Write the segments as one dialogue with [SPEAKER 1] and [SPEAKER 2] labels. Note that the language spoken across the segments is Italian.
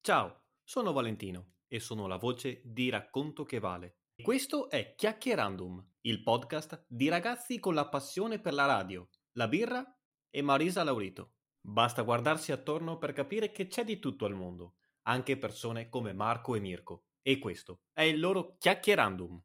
[SPEAKER 1] Ciao, sono Valentino e sono la voce di Racconto che vale. Questo è Chiacchierandum, il podcast di ragazzi con la passione per la radio, la birra e Marisa Laurito. Basta guardarsi attorno per capire che c'è di tutto al mondo, anche persone come Marco e Mirko. E questo è il loro Chiacchierandum.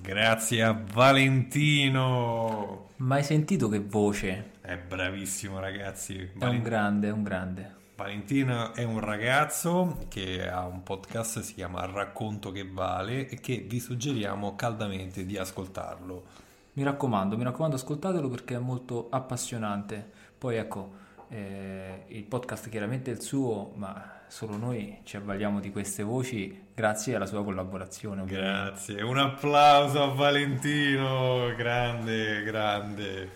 [SPEAKER 2] Grazie a Valentino!
[SPEAKER 3] Mai sentito che voce?
[SPEAKER 2] È bravissimo ragazzi.
[SPEAKER 3] È un grande, è un grande.
[SPEAKER 2] Valentino è un ragazzo che ha un podcast, si chiama Racconto che vale e che vi suggeriamo caldamente di ascoltarlo.
[SPEAKER 3] Mi raccomando, mi raccomando, ascoltatelo perché è molto appassionante. Poi ecco, eh, il podcast chiaramente è il suo, ma solo noi ci avvaliamo di queste voci grazie alla sua collaborazione. ovviamente.
[SPEAKER 2] Grazie, un applauso a Valentino, grande, grande.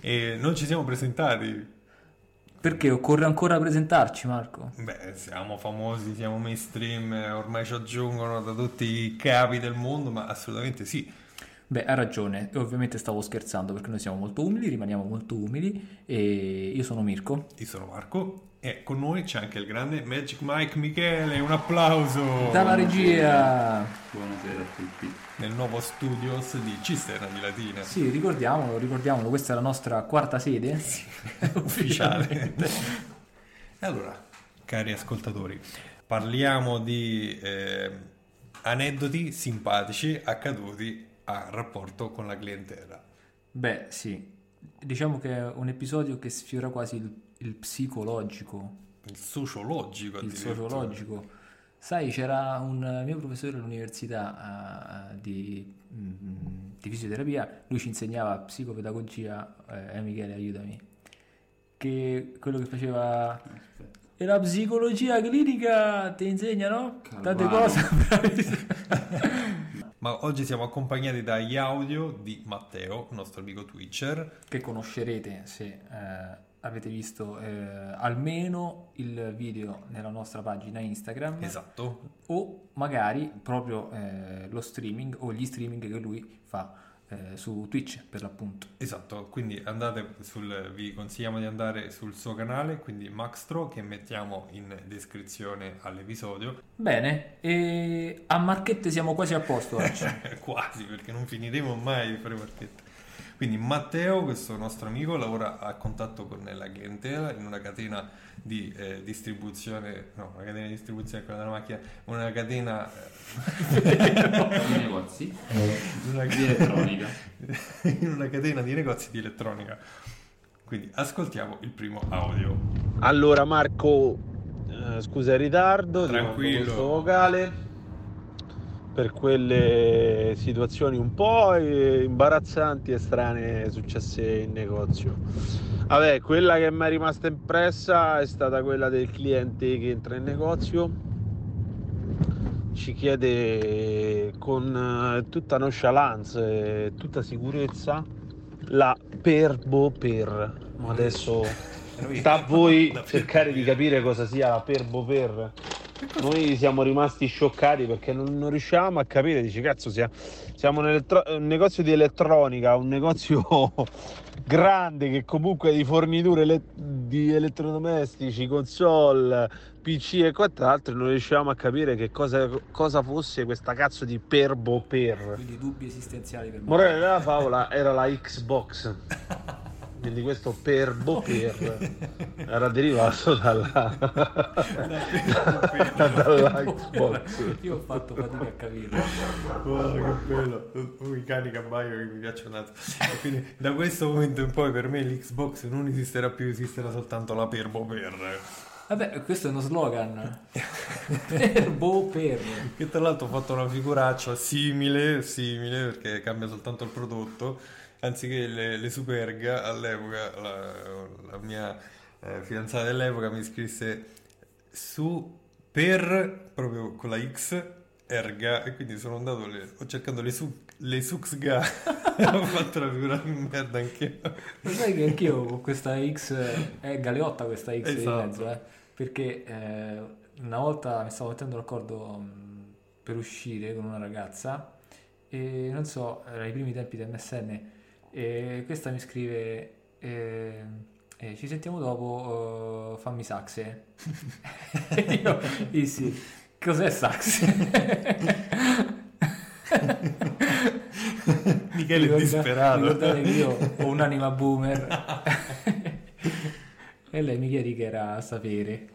[SPEAKER 2] E non ci siamo presentati.
[SPEAKER 3] Perché occorre ancora presentarci, Marco?
[SPEAKER 2] Beh, siamo famosi, siamo mainstream, eh, ormai ci aggiungono da tutti i capi del mondo, ma assolutamente sì.
[SPEAKER 3] Beh, ha ragione, e ovviamente stavo scherzando perché noi siamo molto umili, rimaniamo molto umili e io sono Mirko.
[SPEAKER 2] Io sono Marco e con noi c'è anche il grande Magic Mike Michele, un applauso!
[SPEAKER 3] Dalla regia!
[SPEAKER 4] Buonasera a tutti.
[SPEAKER 2] Nel nuovo studios di Cisterna di Latina.
[SPEAKER 3] Sì, ricordiamolo, ricordiamolo, questa è la nostra quarta sede.
[SPEAKER 2] ufficiale. E allora, cari ascoltatori, parliamo di eh, aneddoti simpatici accaduti a rapporto con la clientela.
[SPEAKER 3] Beh, sì, diciamo che è un episodio che sfiora quasi il, il psicologico,
[SPEAKER 2] Il sociologico
[SPEAKER 3] il
[SPEAKER 2] addirittura.
[SPEAKER 3] sociologico. Sai, c'era un eh, mio professore all'università eh, di, mm, di fisioterapia, lui ci insegnava psicopedagogia, eh, eh, Michele aiutami, che quello che faceva...
[SPEAKER 4] Aspetta.
[SPEAKER 3] E la psicologia clinica ti insegna, no? Tante
[SPEAKER 4] Calvano.
[SPEAKER 3] cose, bravissimo.
[SPEAKER 2] Ma oggi siamo accompagnati dagli audio di Matteo, nostro amico Twitcher.
[SPEAKER 3] che conoscerete se eh, avete visto eh, almeno il video nella nostra pagina Instagram
[SPEAKER 2] Esatto.
[SPEAKER 3] o magari proprio eh, lo streaming o gli streaming che lui fa eh, su Twitch per l'appunto.
[SPEAKER 2] Esatto, quindi andate sul, vi consigliamo di andare sul suo canale, quindi Maxtro, che mettiamo in descrizione all'episodio.
[SPEAKER 3] Bene, e a Marchette siamo quasi a posto eh. oggi.
[SPEAKER 2] Cioè, Quasi, perché non finiremo mai di fare marchette. Quindi Matteo, questo nostro amico, lavora a contatto con la clientela in una catena di eh, distribuzione, no, una catena di distribuzione è quella della macchina, una catena, eh,
[SPEAKER 4] Nei negozi
[SPEAKER 2] in una-
[SPEAKER 4] di elettronica.
[SPEAKER 2] in una catena di negozi di elettronica. Quindi ascoltiamo il primo audio.
[SPEAKER 5] Allora Marco, eh, scusa il ritardo, ti mando
[SPEAKER 2] Tranquillo.
[SPEAKER 5] questo vocale per quelle situazioni un po' eh, imbarazzanti e strane successe in negozio. Vabbè, quella che mi è rimasta impressa è stata quella del cliente che entra in negozio, ci chiede con eh, tutta nonchalance e tutta sicurezza la perbo per. Ma Adesso Sta a voi cercare di capire cosa sia la perbo per. Noi siamo rimasti scioccati perché non, non riusciamo a capire, dici cazzo, sia- siamo un, elettro- un negozio di elettronica, un negozio grande che comunque ha di forniture ele- di elettrodomestici, console, PC e quant'altro, e non riusciamo a capire che cosa, cosa fosse questa cazzo di perbo per.
[SPEAKER 3] Quindi dubbi esistenziali per me.
[SPEAKER 5] Morale della favola era la Xbox. Quindi questo perbo per era derivato dalla, dalla Xbox.
[SPEAKER 3] Io ho fatto fatica a capirlo.
[SPEAKER 2] Guarda che bello, un carica baio che mi piace un altro. E quindi da questo momento in poi per me l'Xbox non esisterà più, esisterà soltanto la Perbo Per.
[SPEAKER 3] Vabbè, questo è uno slogan. per boh per.
[SPEAKER 2] Che tra l'altro ho fatto una figuraccia simile, simile, perché cambia soltanto il prodotto. Anziché le, le Superga, all'epoca la, la mia eh, fidanzata dell'epoca mi scrisse su per proprio con la X erga e quindi sono andato le- ho cercato le, su, le Suxga ho fatto una figura di merda anche
[SPEAKER 3] Lo sai che anch'io con questa X è galeotta questa X di
[SPEAKER 2] Esatto.
[SPEAKER 3] mezzo, eh? Perché eh, una volta mi stavo mettendo d'accordo mh, per uscire con una ragazza e non so, era i primi tempi di MSN e questa mi scrive eh, eh, ci sentiamo dopo, eh, fammi saxe. E Io dissi, cos'è saxe?
[SPEAKER 2] Michele è
[SPEAKER 3] Ricorda-
[SPEAKER 2] disperato.
[SPEAKER 3] Ricordate che io ho un'anima boomer. e lei mi chiede che era a sapere.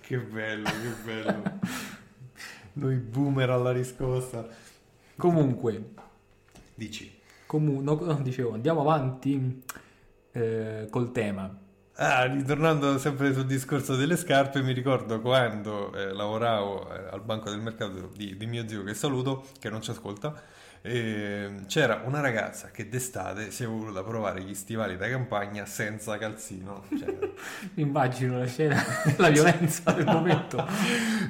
[SPEAKER 2] Che bello, che bello. Noi boomer alla riscossa.
[SPEAKER 3] Comunque,
[SPEAKER 2] Dici.
[SPEAKER 3] comu- no, no, dicevo, andiamo avanti eh, col tema.
[SPEAKER 2] Ah, ritornando sempre sul discorso delle scarpe, mi ricordo quando eh, lavoravo eh, al banco del mercato di, di mio zio, che saluto, che non ci ascolta, ehm, c'era una ragazza che d'estate si è voluta provare gli stivali da campagna senza calzino. Cioè,
[SPEAKER 3] Immagino la scena, la violenza del momento.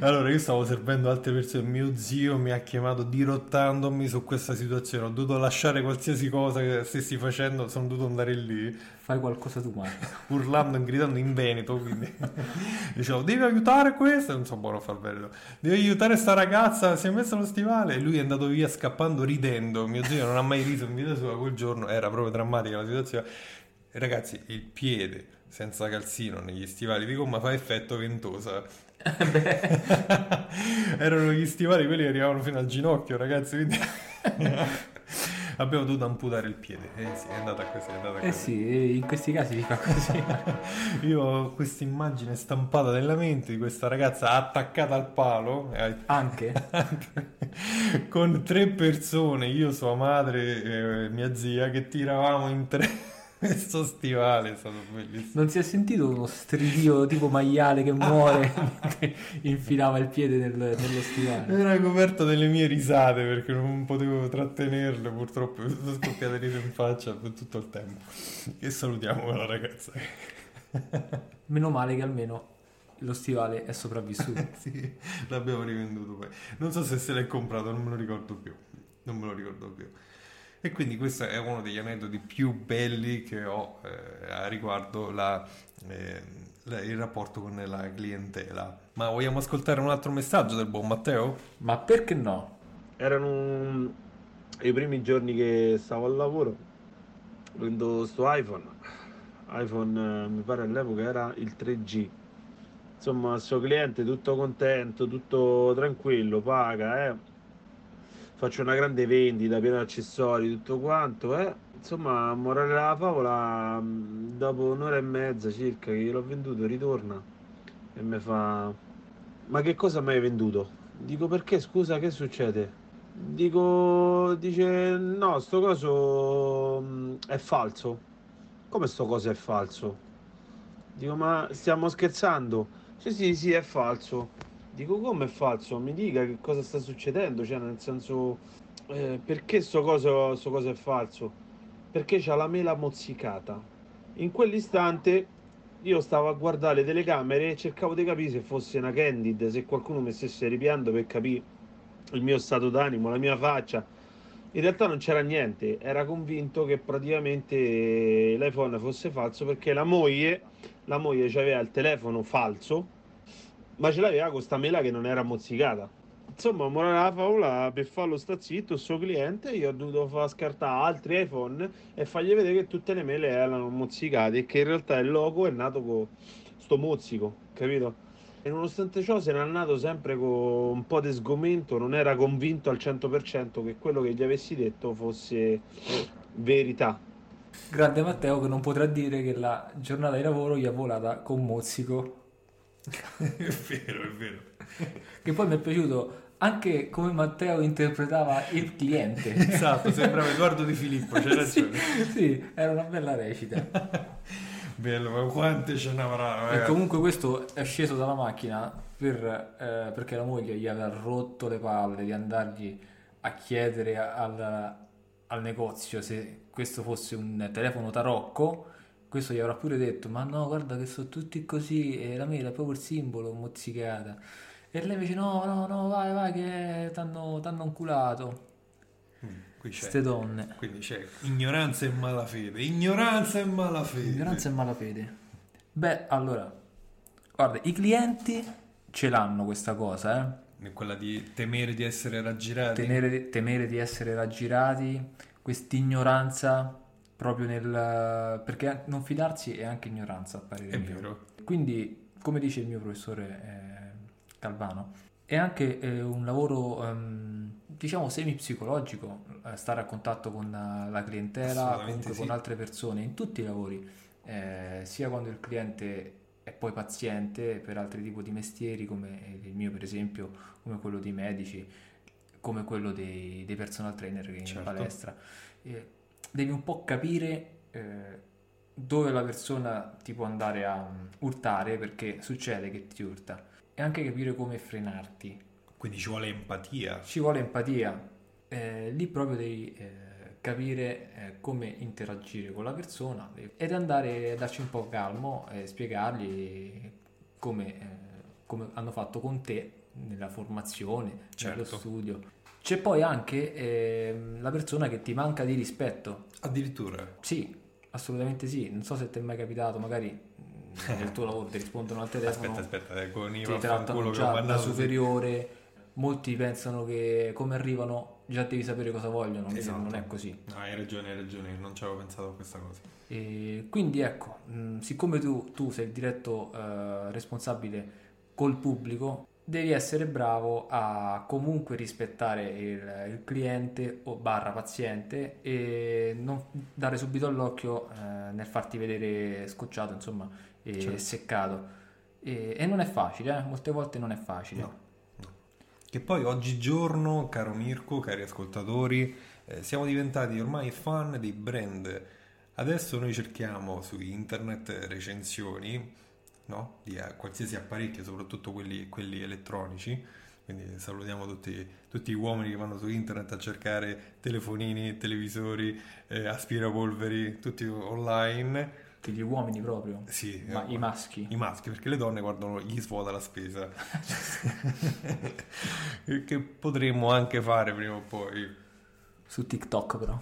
[SPEAKER 2] Allora, io stavo servendo altre persone. Mio zio mi ha chiamato dirottandomi su questa situazione. Ho dovuto lasciare qualsiasi cosa che stessi facendo. Sono dovuto andare lì,
[SPEAKER 3] Fai qualcosa tu, Marco.
[SPEAKER 2] urlando e gridando in veneto. Quindi dicevo: Devi aiutare questo. Non so buono a far bello. Devi aiutare sta ragazza. Si è messa lo stivale. E lui è andato via scappando ridendo. Mio zio non ha mai riso in vita sua quel giorno. Era proprio drammatica la situazione. Ragazzi, il piede senza calzino negli stivali di gomma fa effetto ventosa.
[SPEAKER 3] Eh
[SPEAKER 2] Erano gli stivali quelli che arrivavano fino al ginocchio, ragazzi. Quindi abbiamo dovuto amputare il piede. Eh sì, è andata così, è andata
[SPEAKER 3] Eh
[SPEAKER 2] così.
[SPEAKER 3] sì, eh, in questi casi si fa così.
[SPEAKER 2] Io ho questa immagine stampata nella mente di questa ragazza attaccata al palo. eh,
[SPEAKER 3] Anche.
[SPEAKER 2] con tre persone, io, sua madre e eh, mia zia, che tiravamo in tre questo stivale, è stato bellissimo.
[SPEAKER 3] Non si è sentito uno stridio tipo maiale che muore mentre infilava il piede nel- nello stivale.
[SPEAKER 2] Era coperto delle mie risate perché non potevo trattenerle, purtroppo mi sono scoppiate ride in faccia per tutto il tempo. E salutiamo la ragazza.
[SPEAKER 3] Meno male che almeno lo stivale è sopravvissuto.
[SPEAKER 2] Sì, l'abbiamo rivenduto poi. Non so se se l'hai comprato, non me lo ricordo più. Non me lo ricordo più. E quindi questo è uno degli aneddoti più belli che ho eh, a riguardo la, eh, la- il rapporto con la clientela. Ma vogliamo ascoltare un altro messaggio del buon Matteo?
[SPEAKER 3] Ma perché no?
[SPEAKER 5] Erano i primi giorni che stavo al lavoro, prendo sto iPhone, iPhone eh, mi pare all'epoca era il 3G, insomma sto cliente tutto contento, tutto tranquillo, paga, eh. faccio una grande vendita, piena di accessori, tutto quanto, eh. insomma morale della favola, mh, dopo un'ora e mezza circa che l'ho venduto ritorna e mi fa, ma che cosa mi hai venduto? Dico perché scusa, che succede? Dico, dice no, sto coso mh, è falso. Come sto coso è falso? Dico, ma stiamo scherzando? Sì, sì, sì, è falso. Dico, come è falso? Mi dica che cosa sta succedendo, cioè nel senso, eh, perché sto coso, sto coso è falso? Perché c'ha la mela mozzicata. In quell'istante io stavo a guardare le telecamere e cercavo di capire se fosse una candid, se qualcuno mi stesse ripiando per capire il mio stato d'animo, la mia faccia. In realtà non c'era niente, era convinto che praticamente l'iPhone fosse falso perché la moglie, la moglie aveva il telefono falso, ma ce l'aveva con sta mela che non era mozzicata. Insomma, morale della favola, per farlo sta zitto, il suo cliente, io ho dovuto far scartare altri iPhone e fargli vedere che tutte le mele erano mozzicate e che in realtà il logo è nato con sto mozzico, capito? E nonostante ciò se n'è andato sempre con un po' di sgomento, non era convinto al 100% che quello che gli avessi detto fosse verità.
[SPEAKER 3] Grande Matteo che non potrà dire che la giornata di lavoro gli è volata con mozzico.
[SPEAKER 2] è vero, è vero.
[SPEAKER 3] Che poi mi è piaciuto anche come Matteo interpretava il cliente.
[SPEAKER 2] Esatto, sembrava Edoardo Di Filippo, c'è
[SPEAKER 3] Sì,
[SPEAKER 2] ragione.
[SPEAKER 3] sì, era una bella recita.
[SPEAKER 2] Bello, ma quante ce n'avrà?
[SPEAKER 3] E
[SPEAKER 2] ragazzi.
[SPEAKER 3] comunque questo è sceso dalla macchina per, eh, perché la moglie gli aveva rotto le palle di andargli a chiedere al, al negozio se questo fosse un telefono tarocco. Questo gli avrà pure detto, ma no, guarda che sono tutti così, e la mela è proprio il simbolo mozzicata. E lei invece no, no, no, vai, vai, che t'hanno t'hanno inculato.
[SPEAKER 2] Qui c'è.
[SPEAKER 3] Queste donne.
[SPEAKER 2] Quindi c'è ignoranza e malafede. Ignoranza e malafede.
[SPEAKER 3] Ignoranza e malafede. Beh, allora, guarda, i clienti ce l'hanno questa cosa, eh.
[SPEAKER 2] Quella di temere di essere raggirati.
[SPEAKER 3] Tenere- temere di essere raggirati, quest'ignoranza proprio nel... perché non fidarsi è anche ignoranza, a parere
[SPEAKER 2] È
[SPEAKER 3] mio.
[SPEAKER 2] vero.
[SPEAKER 3] Quindi, come dice il mio professore eh, Calvano, è anche eh, un lavoro, ehm, diciamo, semi-psicologico, eh, stare a contatto con eh, la clientela,
[SPEAKER 2] Assolutamente
[SPEAKER 3] comunque
[SPEAKER 2] sì.
[SPEAKER 3] con altre persone, in tutti i lavori, eh, sia quando il cliente è poi paziente per altri tipi di mestieri, come il mio per esempio, come quello dei medici, come quello dei, dei personal trainer che
[SPEAKER 2] Certo.
[SPEAKER 3] in palestra. Eh, devi un po' capire eh, dove la persona ti può andare a mm, urtare perché succede che ti urta e anche capire come frenarti.
[SPEAKER 2] Quindi ci vuole empatia.
[SPEAKER 3] Ci vuole empatia, Eh, lì proprio devi eh, capire eh, come interagire con la persona ed andare a darci un po' calmo e spiegargli come, eh, come hanno fatto con te nella formazione, nello
[SPEAKER 2] Certo.
[SPEAKER 3] studio. C'è poi anche ehm, la persona che ti manca di rispetto.
[SPEAKER 2] Addirittura.
[SPEAKER 3] Sì, assolutamente sì. Non so se ti è mai capitato, magari mh, nel tuo lavoro ti rispondono al telefono
[SPEAKER 2] Aspetta, aspetta, eh, con i
[SPEAKER 3] ti
[SPEAKER 2] vaffanculo
[SPEAKER 3] trattano
[SPEAKER 2] che ho
[SPEAKER 3] già da
[SPEAKER 2] mandato.
[SPEAKER 3] superiore, molti pensano che come arrivano già devi sapere cosa vogliono, invece
[SPEAKER 2] Esatto.
[SPEAKER 3] non è così.
[SPEAKER 2] No, hai ragione, hai ragione, non ci avevo pensato a questa cosa.
[SPEAKER 3] E quindi ecco, mh, siccome tu, tu sei il diretto eh, responsabile col pubblico, devi essere bravo a comunque rispettare il, il cliente o barra paziente e non dare subito all'occhio eh, nel farti vedere scocciato, insomma, e
[SPEAKER 2] Certo.
[SPEAKER 3] seccato. E, e non è facile, eh, molte volte non è facile.
[SPEAKER 2] No. Che poi oggigiorno, caro Mirko, cari ascoltatori, eh, siamo diventati ormai fan dei brand. Adesso noi cerchiamo su internet recensioni, no? Di eh, qualsiasi apparecchio, soprattutto quelli, quelli elettronici. Quindi salutiamo tutti, tutti gli uomini che vanno su internet a cercare telefonini, televisori, eh, aspirapolveri, tutti online.
[SPEAKER 3] Tutti gli uomini proprio.
[SPEAKER 2] Sì,
[SPEAKER 3] Ma
[SPEAKER 2] eh,
[SPEAKER 3] i maschi.
[SPEAKER 2] i maschi, perché le donne guardano gli svuota la spesa. che potremmo anche fare prima o poi.
[SPEAKER 3] Su TikTok però.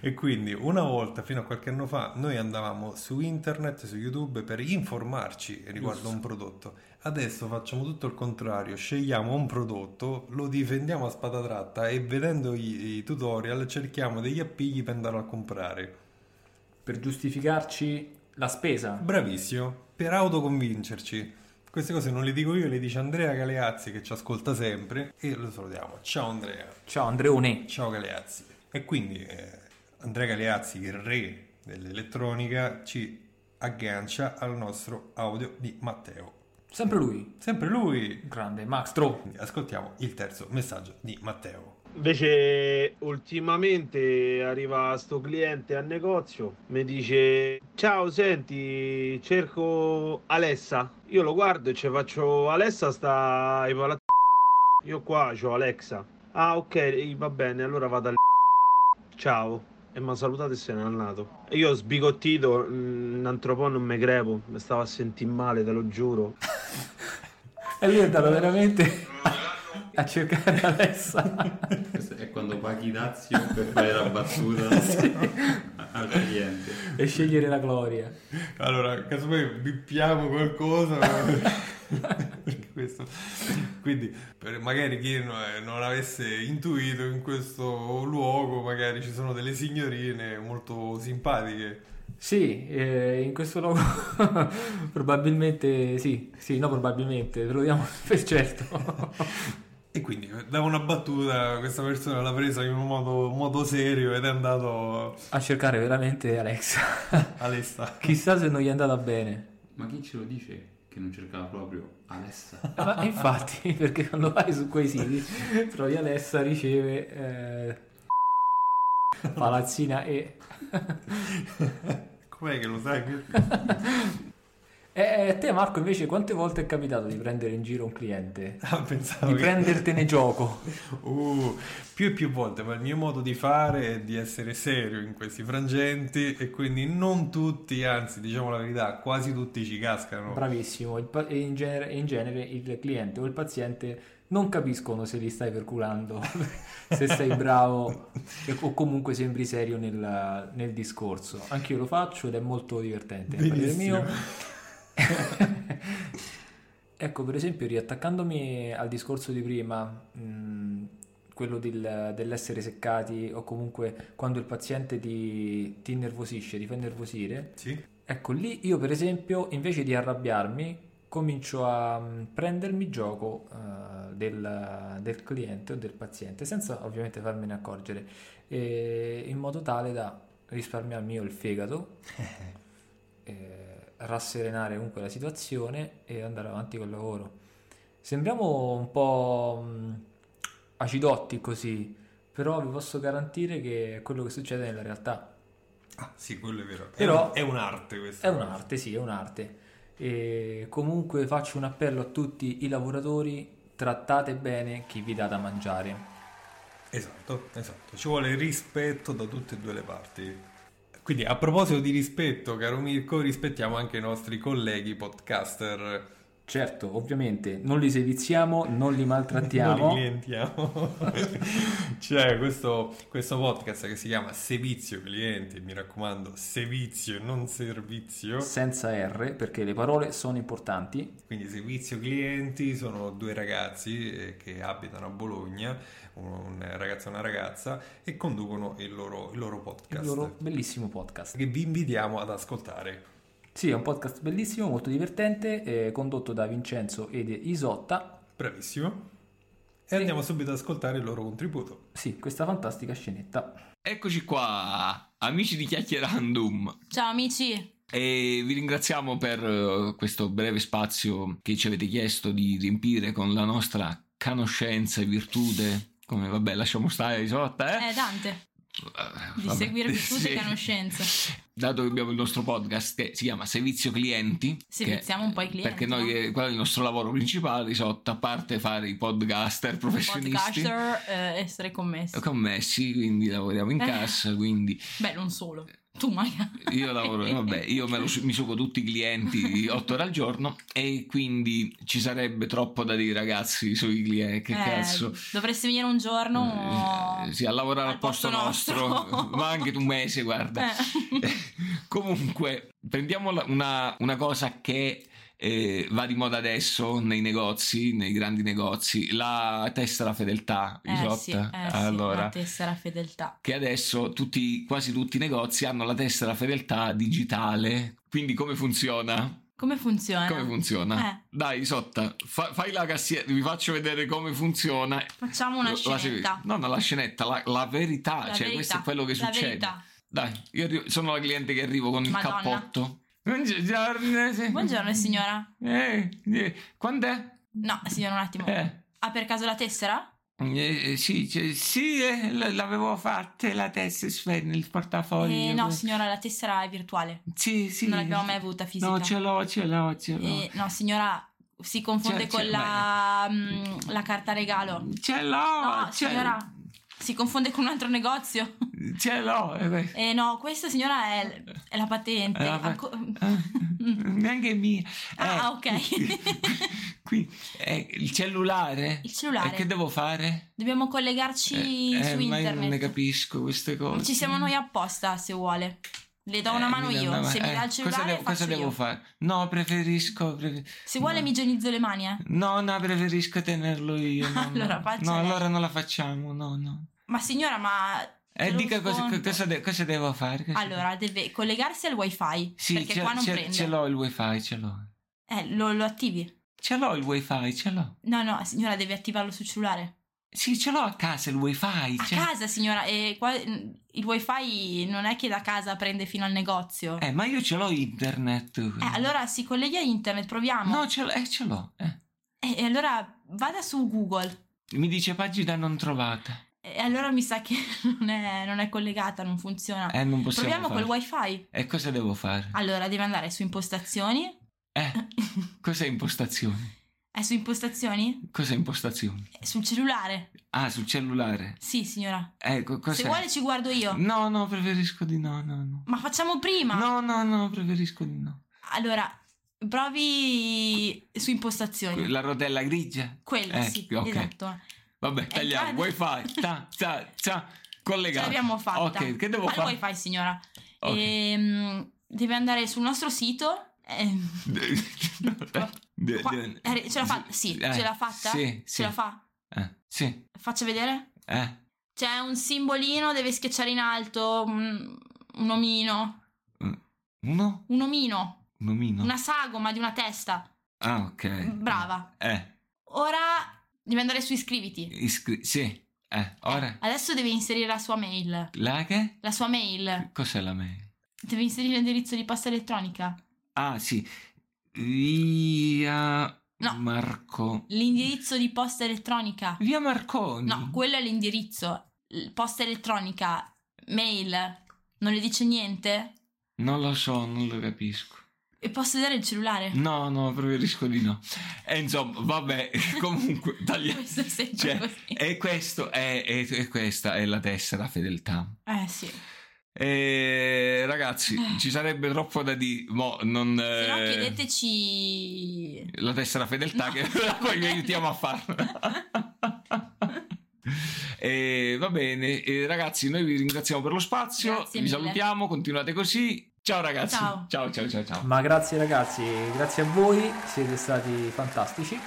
[SPEAKER 2] e quindi una volta, fino a qualche anno fa, noi andavamo su internet, su YouTube per informarci riguardo a un prodotto. Adesso facciamo tutto il contrario, scegliamo un prodotto, lo difendiamo a spada tratta e vedendo i, i tutorial cerchiamo degli appigli per andarlo a comprare.
[SPEAKER 3] Per giustificarci la spesa.
[SPEAKER 2] Bravissimo, per autoconvincerci. Queste cose non le dico io, le dice Andrea Galeazzi che ci ascolta sempre e lo salutiamo. Ciao Andrea,
[SPEAKER 3] Ciao Andreone.
[SPEAKER 2] ciao Galeazzi. E quindi eh, Andrea Galeazzi, il re dell'elettronica, ci aggancia al nostro audio di Matteo.
[SPEAKER 3] Sempre lui.
[SPEAKER 2] Sempre lui.
[SPEAKER 3] Grande. Max Tro.
[SPEAKER 2] Quindi ascoltiamo il terzo messaggio di Matteo.
[SPEAKER 5] Invece ultimamente arriva sto cliente al negozio, mi dice ciao senti cerco Alessa, io lo guardo e ci faccio Alessa sta ai palazzi, io qua c'ho Alexa, ah ok va bene allora vado al ciao e mi ha salutato e se n'è andato. E io sbigottito, mm, un altro po' non mi crepo, mi stavo a sentire male te lo giuro.
[SPEAKER 3] E lui è andato veramente a, a cercare Alessa.
[SPEAKER 4] Questo è quando paghi Dazio per fare la battuta a- al cliente.
[SPEAKER 3] e scegliere la gloria.
[SPEAKER 2] Allora, casomai bippiamo qualcosa. perché questo. Quindi, per magari chi no- eh, non avesse intuito, in questo luogo magari ci sono delle signorine molto simpatiche.
[SPEAKER 3] Sì, eh, in questo luogo probabilmente sì, sì, no probabilmente, te lo diamo per certo.
[SPEAKER 2] E quindi, da una battuta, questa persona l'ha presa in un modo, modo serio ed è andato
[SPEAKER 3] a cercare veramente Alexa.
[SPEAKER 2] all'estate.
[SPEAKER 3] Chissà se non gli è andata bene.
[SPEAKER 4] Ma chi ce lo dice che non cercava proprio Alessa?
[SPEAKER 3] Ma infatti, perché quando vai su quei siti trovi Alessa, riceve eh, palazzina e...
[SPEAKER 2] Com'è che lo sai?
[SPEAKER 3] E a te Marco invece quante volte è capitato di prendere in giro un cliente?
[SPEAKER 2] Ah, pensavo
[SPEAKER 3] Di
[SPEAKER 2] che-
[SPEAKER 3] prendertene gioco?
[SPEAKER 2] Uh, più e più volte, ma il mio modo di fare è di essere serio in questi frangenti e quindi non tutti, anzi diciamo la verità, quasi tutti ci cascano.
[SPEAKER 3] Bravissimo, il pa- e in, genere, in genere il cliente o il paziente non capiscono se li stai perculando, se sei bravo e- o comunque sembri serio nel, nel discorso. Anch'io lo faccio ed è molto divertente. a parere
[SPEAKER 2] Benissimo.
[SPEAKER 3] ecco, per esempio, riattaccandomi al discorso di prima, mh, quello del- dell'essere seccati o comunque quando il paziente ti, ti innervosisce, ti fa innervosire,
[SPEAKER 2] Sì?
[SPEAKER 3] ecco lì io per esempio invece di arrabbiarmi comincio a mm, prendermi gioco eh, del, del cliente o del paziente senza ovviamente farmene accorgere, e in modo tale da risparmiarmi io il fegato eh, rasserenare comunque la situazione e andare avanti col lavoro. Sembriamo un po' mh, acidotti così, però vi posso garantire che è quello che succede nella realtà.
[SPEAKER 2] Ah, sì, quello è vero. È
[SPEAKER 3] Però-
[SPEAKER 2] un- è un'arte questa.
[SPEAKER 3] È un'arte, sì, è un'arte. E comunque faccio un appello a tutti i lavoratori, trattate bene chi vi dà da mangiare.
[SPEAKER 2] Esatto, esatto. Ci vuole rispetto da tutte e due le parti. Quindi a proposito di rispetto, caro Mirko, rispettiamo anche i nostri colleghi podcaster.
[SPEAKER 3] Certo, ovviamente, non li seviziamo, non li
[SPEAKER 2] Non
[SPEAKER 3] maltrattiamo.
[SPEAKER 2] li clientiamo. C'è questo, questo podcast che si chiama Sevizio Clienti, mi raccomando, Sevizio, non servizio.
[SPEAKER 3] senza R perché le parole sono importanti
[SPEAKER 2] Quindi Servizio Clienti sono due ragazzi eh, che abitano a Bologna, uno- un ragazzo e una ragazza, e conducono il loro, il loro podcast.
[SPEAKER 3] il loro bellissimo podcast
[SPEAKER 2] Che vi invitiamo ad ascoltare.
[SPEAKER 3] Sì, è un podcast bellissimo, molto divertente, eh, condotto da Vincenzo ed Isotta.
[SPEAKER 2] Bravissimo. E
[SPEAKER 3] Sì.
[SPEAKER 2] andiamo subito ad ascoltare il loro contributo.
[SPEAKER 3] Sì, questa fantastica scenetta.
[SPEAKER 6] Eccoci qua, amici di Chiacchierandum.
[SPEAKER 7] Ciao
[SPEAKER 6] Eh,
[SPEAKER 7] amici,
[SPEAKER 6] E vi ringraziamo per eh, questo breve spazio che ci avete chiesto di riempire con la nostra conoscenza e virtute. Come vabbè, lasciamo stare Isotta, eh?
[SPEAKER 7] è Dante.
[SPEAKER 6] Eh,
[SPEAKER 7] Di
[SPEAKER 6] vabbè.
[SPEAKER 7] seguire virtute e conoscenze.
[SPEAKER 6] Dato che abbiamo il nostro podcast che si chiama Servizio Clienti. che-
[SPEAKER 7] Serviziamo un po' i clienti,
[SPEAKER 6] Perché noi,
[SPEAKER 7] no?
[SPEAKER 6] eh, quello è il nostro lavoro principale, Isotta, a parte fare i podcaster professionisti.
[SPEAKER 7] Podcaster, eh, essere commessi.
[SPEAKER 6] Commessi, quindi lavoriamo in
[SPEAKER 7] Eh.
[SPEAKER 6] cassa, quindi
[SPEAKER 7] Beh, non solo. Tu magari.
[SPEAKER 6] Io lavoro, vabbè, io me lo su- mi suco tutti i clienti 8 ore al giorno e quindi ci sarebbe troppo da dire ragazzi sui clienti, che
[SPEAKER 7] Eh,
[SPEAKER 6] cazzo.
[SPEAKER 7] Dovresti venire un giorno.
[SPEAKER 6] Eh, sì, a lavorare
[SPEAKER 7] al
[SPEAKER 6] al posto,
[SPEAKER 7] posto
[SPEAKER 6] nostro,
[SPEAKER 7] nostro.
[SPEAKER 6] ma anche un mese, guarda.
[SPEAKER 7] Eh.
[SPEAKER 6] Comunque, prendiamo la- una, una cosa che eh, va di moda adesso nei negozi, nei grandi negozi, la tessera fedeltà,
[SPEAKER 7] Eh
[SPEAKER 6] Isotta.
[SPEAKER 7] sì, eh sì,
[SPEAKER 6] allora,
[SPEAKER 7] la tessera fedeltà.
[SPEAKER 6] che adesso tutti, quasi tutti i negozi hanno la tessera fedeltà digitale. Quindi come funziona?
[SPEAKER 7] Come funziona?
[SPEAKER 6] Come funziona?
[SPEAKER 7] Eh.
[SPEAKER 6] Dai, Isotta, fa- fai la cassiera, vi faccio vedere come funziona.
[SPEAKER 7] Facciamo una
[SPEAKER 6] La- la-
[SPEAKER 7] scenetta.
[SPEAKER 6] no, no, la scenetta, la, la verità,
[SPEAKER 7] La
[SPEAKER 6] cioè
[SPEAKER 7] verità,
[SPEAKER 6] questo è quello che
[SPEAKER 7] la
[SPEAKER 6] succede.
[SPEAKER 7] verità.
[SPEAKER 6] Dai, io arri- sono la cliente che arrivo con il
[SPEAKER 7] Madonna.
[SPEAKER 6] cappotto. Buongiorno. sì.
[SPEAKER 7] Buongiorno signora.
[SPEAKER 6] Eh, eh, quando è?
[SPEAKER 7] No, signora, un attimo.
[SPEAKER 6] Eh.
[SPEAKER 7] Ha per caso la tessera?
[SPEAKER 6] Eh, eh, sì, cioè, sì eh, l- l'avevo fatta la testa nel portafoglio.
[SPEAKER 7] Eh, no, signora, la tessera è virtuale.
[SPEAKER 6] Sì, sì.
[SPEAKER 7] Non l'abbiamo mai avuta fisica.
[SPEAKER 6] No, certo. ce l'ho, ce l'ho, ce l'ho.
[SPEAKER 7] Eh, no, signora, si confonde
[SPEAKER 6] Cioè,
[SPEAKER 7] con
[SPEAKER 6] cioè,
[SPEAKER 7] la, mm, la carta regalo.
[SPEAKER 6] Ce l'ho,
[SPEAKER 7] No,
[SPEAKER 6] ce,
[SPEAKER 7] signora, si confonde con un altro negozio.
[SPEAKER 6] ce l'ho. eh, beh.
[SPEAKER 7] Eh no, questa signora è, è la patente.
[SPEAKER 6] Eh, vabbè.
[SPEAKER 7] Anco- mm,
[SPEAKER 6] Eh, neanche mia.
[SPEAKER 7] Ah,
[SPEAKER 6] Eh,
[SPEAKER 7] ok.
[SPEAKER 6] qui, eh, il cellulare?
[SPEAKER 7] Il cellulare.
[SPEAKER 6] E che devo fare?
[SPEAKER 7] Dobbiamo collegarci
[SPEAKER 6] Eh, eh,
[SPEAKER 7] su
[SPEAKER 6] ma io non ne
[SPEAKER 7] internet.
[SPEAKER 6] capisco queste cose.
[SPEAKER 7] Ci siamo noi apposta, se vuole. Le do una
[SPEAKER 6] Eh,
[SPEAKER 7] mano
[SPEAKER 6] mi dà
[SPEAKER 7] io.
[SPEAKER 6] una ma-
[SPEAKER 7] se mi
[SPEAKER 6] eh,
[SPEAKER 7] dà il
[SPEAKER 6] cosa
[SPEAKER 7] cellulare,
[SPEAKER 6] devo, cosa
[SPEAKER 7] faccio
[SPEAKER 6] devo
[SPEAKER 7] io.
[SPEAKER 6] fare? No, preferisco. prefer-
[SPEAKER 7] Se vuole,
[SPEAKER 6] no.
[SPEAKER 7] mi igienizzo le mani, eh.
[SPEAKER 6] No, no, preferisco tenerlo io. no, no.
[SPEAKER 7] Allora, faccia
[SPEAKER 6] No,
[SPEAKER 7] lei.
[SPEAKER 6] allora non la facciamo. No, no.
[SPEAKER 7] Ma signora, ma.
[SPEAKER 6] Eh,
[SPEAKER 7] te lo
[SPEAKER 6] dica cosa,
[SPEAKER 7] sconto.
[SPEAKER 6] cosa de- cosa devo fare. cosa-
[SPEAKER 7] Allora, deve collegarsi al wifi.
[SPEAKER 6] Sì,
[SPEAKER 7] perché
[SPEAKER 6] ce,
[SPEAKER 7] qua non
[SPEAKER 6] ce-
[SPEAKER 7] prende.
[SPEAKER 6] ce l'ho il wifi, ce l'ho.
[SPEAKER 7] Eh, lo, lo attivi.
[SPEAKER 6] Ce l'ho il wifi, ce l'ho.
[SPEAKER 7] No, no, signora, deve attivarlo sul cellulare.
[SPEAKER 6] Sì, ce l'ho a casa il wifi.
[SPEAKER 7] A
[SPEAKER 6] ce-
[SPEAKER 7] casa, signora. E qua, mm, il wifi non è che da casa prende fino al negozio.
[SPEAKER 6] Eh, ma io ce l'ho internet.
[SPEAKER 7] Eh, allora si colleghi a internet, proviamo.
[SPEAKER 6] No, ce l'ho. eh, ce l'ho, eh.
[SPEAKER 7] Eh, E allora vada su Google.
[SPEAKER 6] Mi dice pagina non trovata.
[SPEAKER 7] E allora mi sa che non è, non è collegata, non funziona.
[SPEAKER 6] Eh, non possiamo
[SPEAKER 7] Ah, Proviamo
[SPEAKER 6] fare.
[SPEAKER 7] col wifi. Ah.
[SPEAKER 6] E cosa devo fare?
[SPEAKER 7] Allora, deve andare su impostazioni.
[SPEAKER 6] Eh, cos'è impostazioni?
[SPEAKER 7] È su impostazioni?
[SPEAKER 6] Cos'è impostazioni?
[SPEAKER 7] È sul cellulare.
[SPEAKER 6] Ah, sul cellulare.
[SPEAKER 7] Sì, signora.
[SPEAKER 6] Eh, co- cos'è?
[SPEAKER 7] Se vuole ci guardo io.
[SPEAKER 6] No, no, preferisco di no, no, no.
[SPEAKER 7] Ma facciamo prima.
[SPEAKER 6] No, no, no, preferisco di no.
[SPEAKER 7] Allora, provi su impostazioni.
[SPEAKER 6] La rotella grigia?
[SPEAKER 7] Quella,
[SPEAKER 6] Eh,
[SPEAKER 7] sì,
[SPEAKER 6] ok.
[SPEAKER 7] esatto.
[SPEAKER 6] Vabbè, tagliamo.
[SPEAKER 7] guarda-
[SPEAKER 6] Wifi, ta, ta, ta.
[SPEAKER 7] Ce
[SPEAKER 6] Collegato.
[SPEAKER 7] l'abbiamo fatta.
[SPEAKER 6] Ok, che devo
[SPEAKER 7] Al
[SPEAKER 6] fare?
[SPEAKER 7] wifi, signora.
[SPEAKER 6] Ok.
[SPEAKER 7] Ehm, deve andare sul nostro sito. ehm,
[SPEAKER 6] Qua-
[SPEAKER 7] qua- eh, ce l'ha fatta? Sì,
[SPEAKER 6] Eh,
[SPEAKER 7] ce l'ha fatta?
[SPEAKER 6] Sì,
[SPEAKER 7] Ce la fa?
[SPEAKER 6] Eh, sì.
[SPEAKER 7] Faccia vedere?
[SPEAKER 6] Eh?
[SPEAKER 7] C'è un simbolino, deve schiacciare in alto un, un omino.
[SPEAKER 6] Uno?
[SPEAKER 7] Un omino.
[SPEAKER 6] Un omino?
[SPEAKER 7] Una Mm, sagoma di una testa.
[SPEAKER 6] Ah, ok.
[SPEAKER 7] Brava.
[SPEAKER 6] Eh,
[SPEAKER 7] Ora devi andare su iscriviti.
[SPEAKER 6] iscri- sì. Eh, ora.
[SPEAKER 7] Adesso devi inserire la sua mail.
[SPEAKER 6] La che?
[SPEAKER 7] La sua mail.
[SPEAKER 6] Cos'è la mail?
[SPEAKER 7] Devi inserire l'indirizzo di posta elettronica.
[SPEAKER 6] Ah, sì. Via
[SPEAKER 7] No.
[SPEAKER 6] Marco.
[SPEAKER 7] L'indirizzo di posta elettronica.
[SPEAKER 6] Via Marconi.
[SPEAKER 7] No, quello è l'indirizzo. L- Posta elettronica, mail, non le dice niente?
[SPEAKER 6] non lo so, non lo capisco.
[SPEAKER 7] E posso dare il cellulare?
[SPEAKER 6] No, no, preferisco di no. E insomma, vabbè, comunque, tagliamo.
[SPEAKER 7] Questo è sempre
[SPEAKER 6] Cioè,
[SPEAKER 7] così.
[SPEAKER 6] e questo è, e- e questa è la tessera fedeltà.
[SPEAKER 7] Eh sì.
[SPEAKER 6] E, ragazzi, ci sarebbe troppo da dire. Mo, non,
[SPEAKER 7] Eh. Se no
[SPEAKER 6] eh,
[SPEAKER 7] chiedeteci...
[SPEAKER 6] la tessera fedeltà
[SPEAKER 7] No.
[SPEAKER 6] che poi vi aiutiamo a farla. E Eh, va bene, e ragazzi, noi vi ringraziamo per lo spazio.
[SPEAKER 7] Grazie
[SPEAKER 6] vi
[SPEAKER 7] mille.
[SPEAKER 6] salutiamo, continuate così. Ciao ragazzi.
[SPEAKER 7] Ciao.
[SPEAKER 6] ciao, ciao, ciao. ciao.
[SPEAKER 3] Ma grazie ragazzi, grazie a voi, siete stati fantastici.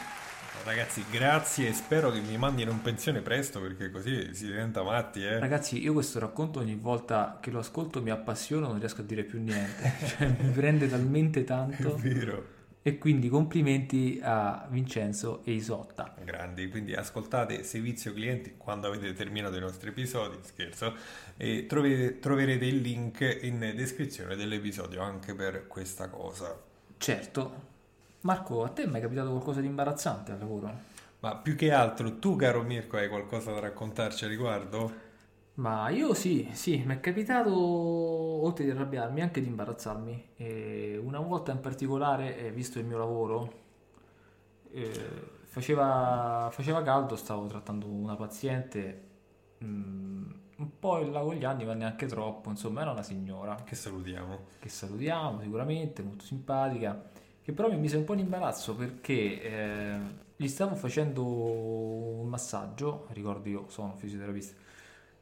[SPEAKER 2] Ragazzi, grazie e spero che mi mandino in pensione presto perché così si diventa matti, eh.
[SPEAKER 3] Ragazzi, io questo racconto ogni volta che lo ascolto mi appassiono, non riesco a dire più niente, cioè mi prende talmente
[SPEAKER 2] È
[SPEAKER 3] tanto.
[SPEAKER 2] vero.
[SPEAKER 3] E quindi complimenti a Vincenzo e Isotta.
[SPEAKER 2] Grandi, quindi ascoltate Servizio Clienti quando avete terminato i nostri episodi, scherzo, e trovete- troverete il link in descrizione dell'episodio anche per questa cosa.
[SPEAKER 3] Certo. Marco, a te mi è capitato qualcosa di imbarazzante al lavoro?
[SPEAKER 2] Ma più che altro, tu caro Mirko hai qualcosa da raccontarci a riguardo?
[SPEAKER 3] Ma io sì, sì, mi è capitato oltre di arrabbiarmi anche di imbarazzarmi. E una volta in particolare, eh, visto il mio lavoro, eh, faceva, faceva caldo, stavo trattando una paziente, mm, un po' in là con gli anni, ma neanche troppo, insomma, era una signora
[SPEAKER 2] Che salutiamo.
[SPEAKER 3] che salutiamo sicuramente, molto simpatica, che però mi mise un po' in imbarazzo perché eh, gli stavo facendo un massaggio, ricordo io sono fisioterapista,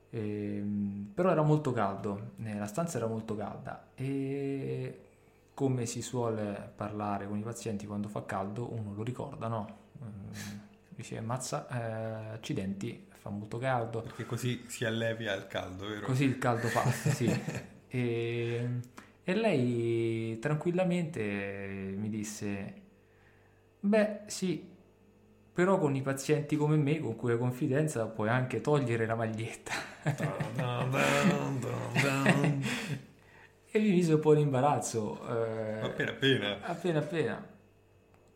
[SPEAKER 3] ehm, però era molto caldo, eh, la stanza era molto calda e come si suole parlare con i pazienti quando fa caldo uno lo ricorda, no? Ehm, Dice, mazza, eh, accidenti, fa molto caldo,
[SPEAKER 2] Perché così si allevia il caldo, vero?
[SPEAKER 3] Così il caldo passa, sì. E, e lei tranquillamente mi disse, beh sì, però con i pazienti come me, con cui hai confidenza, puoi anche togliere la maglietta.
[SPEAKER 2] Dun, dun, dun, dun.
[SPEAKER 3] e mi mise un po' in imbarazzo. eh,
[SPEAKER 2] Appena appena.
[SPEAKER 3] Appena appena.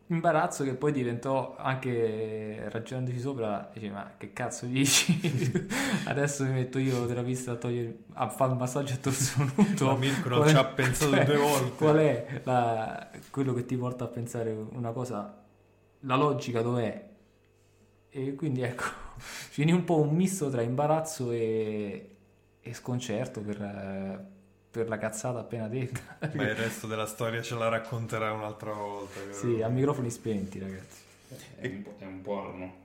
[SPEAKER 3] Imbarazzo che poi diventò anche ragionandoci sopra, dice, ma che cazzo dici? Adesso mi metto io terapista a togliere a fare un massaggio a torso nudo.
[SPEAKER 2] Ma Mirko non
[SPEAKER 3] Qual
[SPEAKER 2] ci
[SPEAKER 3] è-
[SPEAKER 2] ha pensato
[SPEAKER 3] qual è-
[SPEAKER 2] due volte.
[SPEAKER 3] Qual è la- quello che ti porta a pensare una cosa? La logica dov'è? E quindi ecco, finì un po' un misto tra imbarazzo e, e sconcerto per, eh, per la cazzata appena detta.
[SPEAKER 2] Ma il resto della storia ce la racconterà un'altra volta, vero?
[SPEAKER 3] Sì, a microfoni spenti, ragazzi.
[SPEAKER 4] È un, po- è un porno.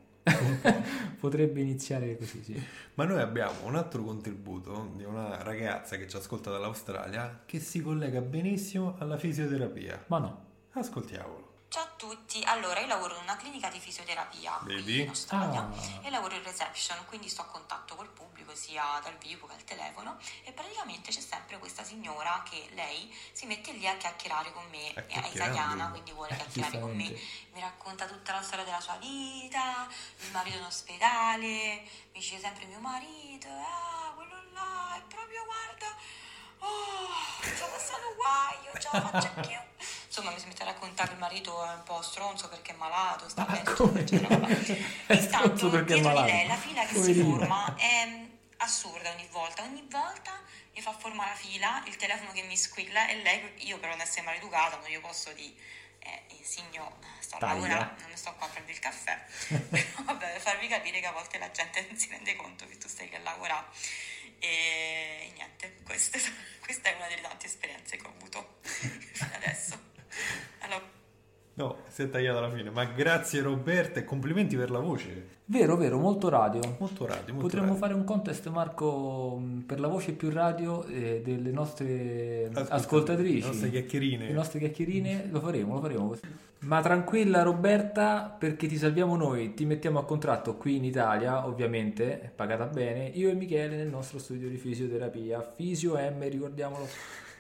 [SPEAKER 3] Potrebbe iniziare così, sì.
[SPEAKER 2] Ma noi abbiamo un altro contributo di una ragazza che ci ascolta dall'Australia che si collega benissimo alla fisioterapia.
[SPEAKER 3] Ma no.
[SPEAKER 2] Ascoltiamolo.
[SPEAKER 8] Ciao a tutti, allora io lavoro in una clinica di fisioterapia qui
[SPEAKER 2] Vedi?
[SPEAKER 8] in Australia
[SPEAKER 3] Ah.
[SPEAKER 8] e lavoro in reception, quindi sto a contatto col pubblico sia dal vivo che al telefono e praticamente c'è sempre questa signora che lei si mette lì a chiacchierare con me,
[SPEAKER 2] A
[SPEAKER 8] è
[SPEAKER 2] chiacchierando.
[SPEAKER 8] italiana quindi
[SPEAKER 3] Eh,
[SPEAKER 8] vuole chiacchierare con me,
[SPEAKER 3] Giustamente.
[SPEAKER 8] mi racconta tutta la storia della sua vita, il marito in ospedale, mi dice sempre mio marito, ah quello là è proprio guarda, oh ci ho passato un guaio, ce la faccio anch'io. Insomma mi si mette a raccontare che il marito è un po' stronzo perché è malato, sta bene,
[SPEAKER 3] Ah, come?
[SPEAKER 8] eccetera, vabbè.
[SPEAKER 3] È stronzo
[SPEAKER 8] Intanto
[SPEAKER 3] perché è
[SPEAKER 8] dietro di
[SPEAKER 3] malato.
[SPEAKER 8] lei la fila che si
[SPEAKER 3] Poverino.
[SPEAKER 8] forma è assurda ogni volta, ogni volta mi fa formare la fila, il telefono che mi squilla e lei, io per non essere maleducata non io posso di eh, eh, signo, sto a
[SPEAKER 3] Taglia.
[SPEAKER 8] lavorare, non sto qua a prendere il caffè. Però Vabbè, per farvi capire che a volte la gente non si rende conto che tu stai lì a lavorare. E niente, queste sono- questa è una delle tante esperienze che ho avuto fino adesso. Allora,
[SPEAKER 2] No, si è tagliata alla fine. Ma grazie Roberta e complimenti per la voce.
[SPEAKER 3] Vero, vero, molto radio.
[SPEAKER 2] Molto radio, molto
[SPEAKER 3] Potremmo
[SPEAKER 2] radio.
[SPEAKER 3] fare un contest, Marco, mh, per la voce più radio eh, delle nostre
[SPEAKER 2] Ascolta-
[SPEAKER 3] ascoltatrici.
[SPEAKER 2] Le nostre chiacchierine.
[SPEAKER 3] Le nostre chiacchierine, lo faremo, lo faremo. Ma tranquilla Roberta, perché ti salviamo noi, ti mettiamo a contratto qui in Italia, ovviamente, pagata bene, io e Michele nel nostro studio di fisioterapia, Fisio M, ricordiamolo,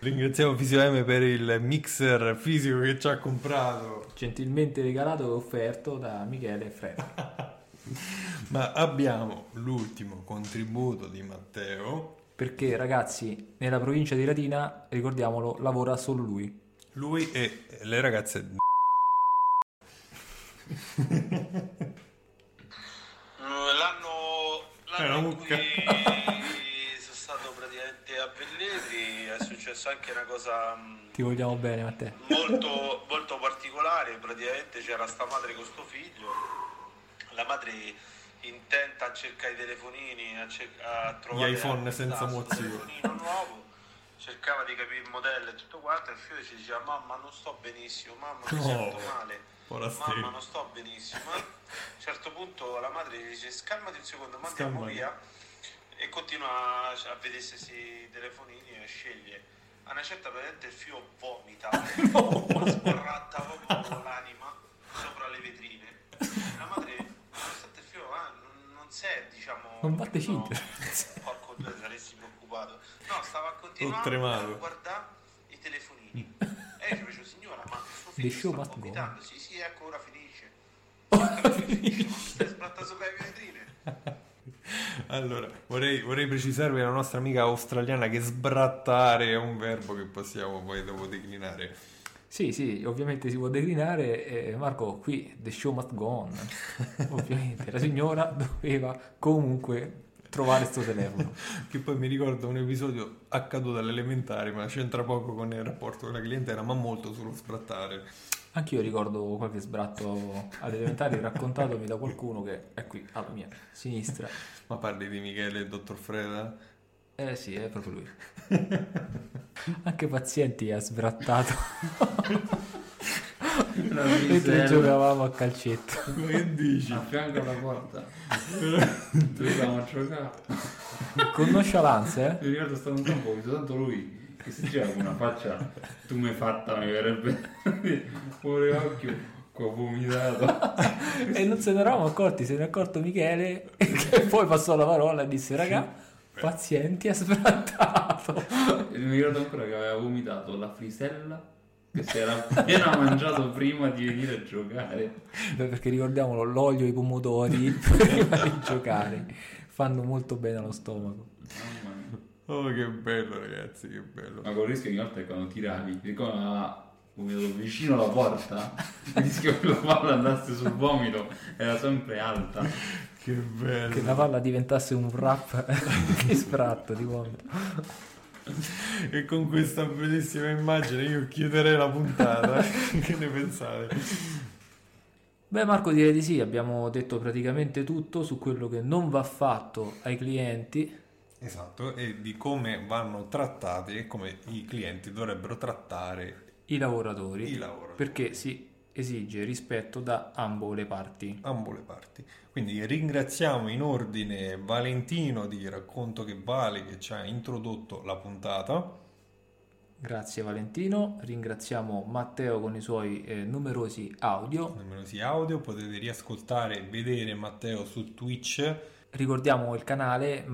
[SPEAKER 2] Ringraziamo Fisio M per il mixer fisico che ci ha comprato.
[SPEAKER 3] gentilmente regalato e offerto da Michele e Fred.
[SPEAKER 2] Ma abbiamo l'ultimo contributo di Matteo.
[SPEAKER 3] Perché ragazzi, nella provincia di Latina, ricordiamolo, lavora solo lui.
[SPEAKER 2] Lui e le ragazze.
[SPEAKER 5] Eh, L'anno,
[SPEAKER 2] Era
[SPEAKER 5] l'anno in
[SPEAKER 2] mucca.
[SPEAKER 5] cui sono stato praticamente a Velletri è successa anche una cosa mm, mh,
[SPEAKER 3] Ti vogliamo bene, Matteo.
[SPEAKER 5] molto, molto particolare, praticamente c'era sta madre con sto figlio, la madre intenta a cercare i telefonini, a, cer- a trovare
[SPEAKER 2] iPhone
[SPEAKER 5] a-
[SPEAKER 2] senza
[SPEAKER 5] sto
[SPEAKER 2] mozione.
[SPEAKER 5] telefonino nuovo, cercava di capire il modello e tutto quanto e il figlio ci diceva mamma non sto benissimo, mamma mi
[SPEAKER 2] No,
[SPEAKER 5] sento male.
[SPEAKER 2] povera stella.
[SPEAKER 5] Mamma, non sto benissimo. eh." A un certo punto la madre gli dice scalmati un secondo, ma andiamo
[SPEAKER 2] Scalmati.
[SPEAKER 5] via. E continua a vedere questi telefonini e sceglie. A una certa praticamente il figlio vomita, ma sbarratta proprio con l'anima sopra le vetrine. La madre, nonostante il figlio ah, non, non si è, diciamo...
[SPEAKER 3] Non batte
[SPEAKER 5] no,
[SPEAKER 3] cinta.
[SPEAKER 5] Porco due, saresti preoccupato. No, stava
[SPEAKER 2] Oltre
[SPEAKER 5] continuando
[SPEAKER 2] mano.
[SPEAKER 5] a guardare i telefonini. E io dicevo, signora, ma suo
[SPEAKER 3] The
[SPEAKER 5] figlio
[SPEAKER 3] show
[SPEAKER 5] sta
[SPEAKER 3] must go on.
[SPEAKER 5] vomitando. Sì, sì, ecco, ora finisce. Ora finisce, ma mi stai sbrattando sopra le vetrine.
[SPEAKER 2] Allora, vorrei, vorrei precisarvi la nostra amica australiana che sbrattare è un verbo che possiamo poi dopo declinare.
[SPEAKER 3] Sì, sì, ovviamente si può declinare. eh, Marco, qui The Show Must Go On. ovviamente la signora doveva comunque trovare sto telefono.
[SPEAKER 2] Che poi mi ricorda un episodio accaduto all'elementare, ma c'entra poco con il rapporto con la clientela, ma molto sullo sbrattare.
[SPEAKER 3] Anch'io ricordo qualche sbratto ad elementari raccontatomi da qualcuno che è qui alla mia sinistra.
[SPEAKER 2] Ma parli di Michele e dottor Freda?
[SPEAKER 3] Eh sì, è proprio lui. Anche Pazienti ha sbrattato
[SPEAKER 4] Una
[SPEAKER 3] mentre
[SPEAKER 4] miseria.
[SPEAKER 3] giocavamo a calcetto.
[SPEAKER 2] Ma che dici?
[SPEAKER 4] A fianco alla porta. Dovevamo giocare.
[SPEAKER 3] Con nonchalance, eh?
[SPEAKER 4] Mi ricordo stato un tempo, ho visto tanto lui che si girava con una faccia tu mi hai fatta, mi verrebbe fuori occhio, qua ho vomitato.
[SPEAKER 3] E non se ne eravamo accorti, se ne è accorto Michele che poi passò la parola e disse raga, pazienti ha sbrattato.
[SPEAKER 4] E mi ricordo ancora che aveva vomitato la frisella che si era appena mangiato prima di venire a giocare.
[SPEAKER 3] Beh, perché ricordiamolo, l'olio e i pomodori prima di giocare fanno molto bene allo stomaco.
[SPEAKER 4] Mamma mia.
[SPEAKER 2] Oh, che bello, ragazzi, che bello.
[SPEAKER 4] Ma col rischio ogni volta è quando tiravi, perché quando aveva vomitato vicino alla porta, il rischio che la palla andasse sul vomito era sempre alta.
[SPEAKER 2] Che bello.
[SPEAKER 3] Che la palla diventasse un wrap di spratto di vomito.
[SPEAKER 2] E con questa bellissima immagine io chiuderei la puntata. che ne pensate?
[SPEAKER 3] Beh Marco direi di sì, abbiamo detto praticamente tutto su quello che non va fatto ai clienti.
[SPEAKER 2] Esatto, e di come vanno trattati e come i clienti dovrebbero trattare
[SPEAKER 3] I lavoratori,
[SPEAKER 2] I lavoratori.
[SPEAKER 3] perché si esige rispetto da ambo le parti.
[SPEAKER 2] ambo le parti. Quindi ringraziamo in ordine Valentino di Racconto che Vale che ci ha introdotto la puntata.
[SPEAKER 3] Grazie Valentino, ringraziamo Matteo con i suoi eh, numerosi audio.
[SPEAKER 2] Nemmeno si audio, potete riascoltare e vedere Matteo su Twitch.
[SPEAKER 3] Ricordiamo il canale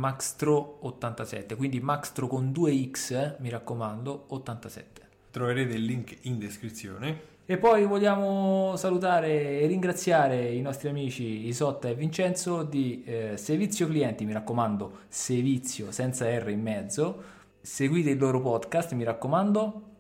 [SPEAKER 3] Maxtro87, quindi Maxtro con 2x, eh, mi raccomando, 87.
[SPEAKER 2] Troverete il link in descrizione.
[SPEAKER 3] E poi vogliamo salutare e ringraziare i nostri amici Isotta e Vincenzo di eh, Servizio Clienti, mi raccomando, Servizio senza R in mezzo. Seguite il loro podcast, mi raccomando.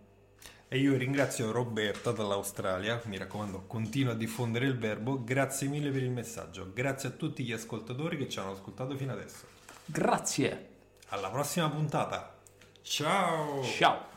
[SPEAKER 2] E io ringrazio Roberta dall'Australia, mi raccomando, continua a diffondere il verbo, grazie mille per il messaggio, grazie a tutti gli ascoltatori che ci hanno ascoltato fino adesso.
[SPEAKER 3] Grazie.
[SPEAKER 2] Alla prossima puntata, ciao!
[SPEAKER 3] Ciao.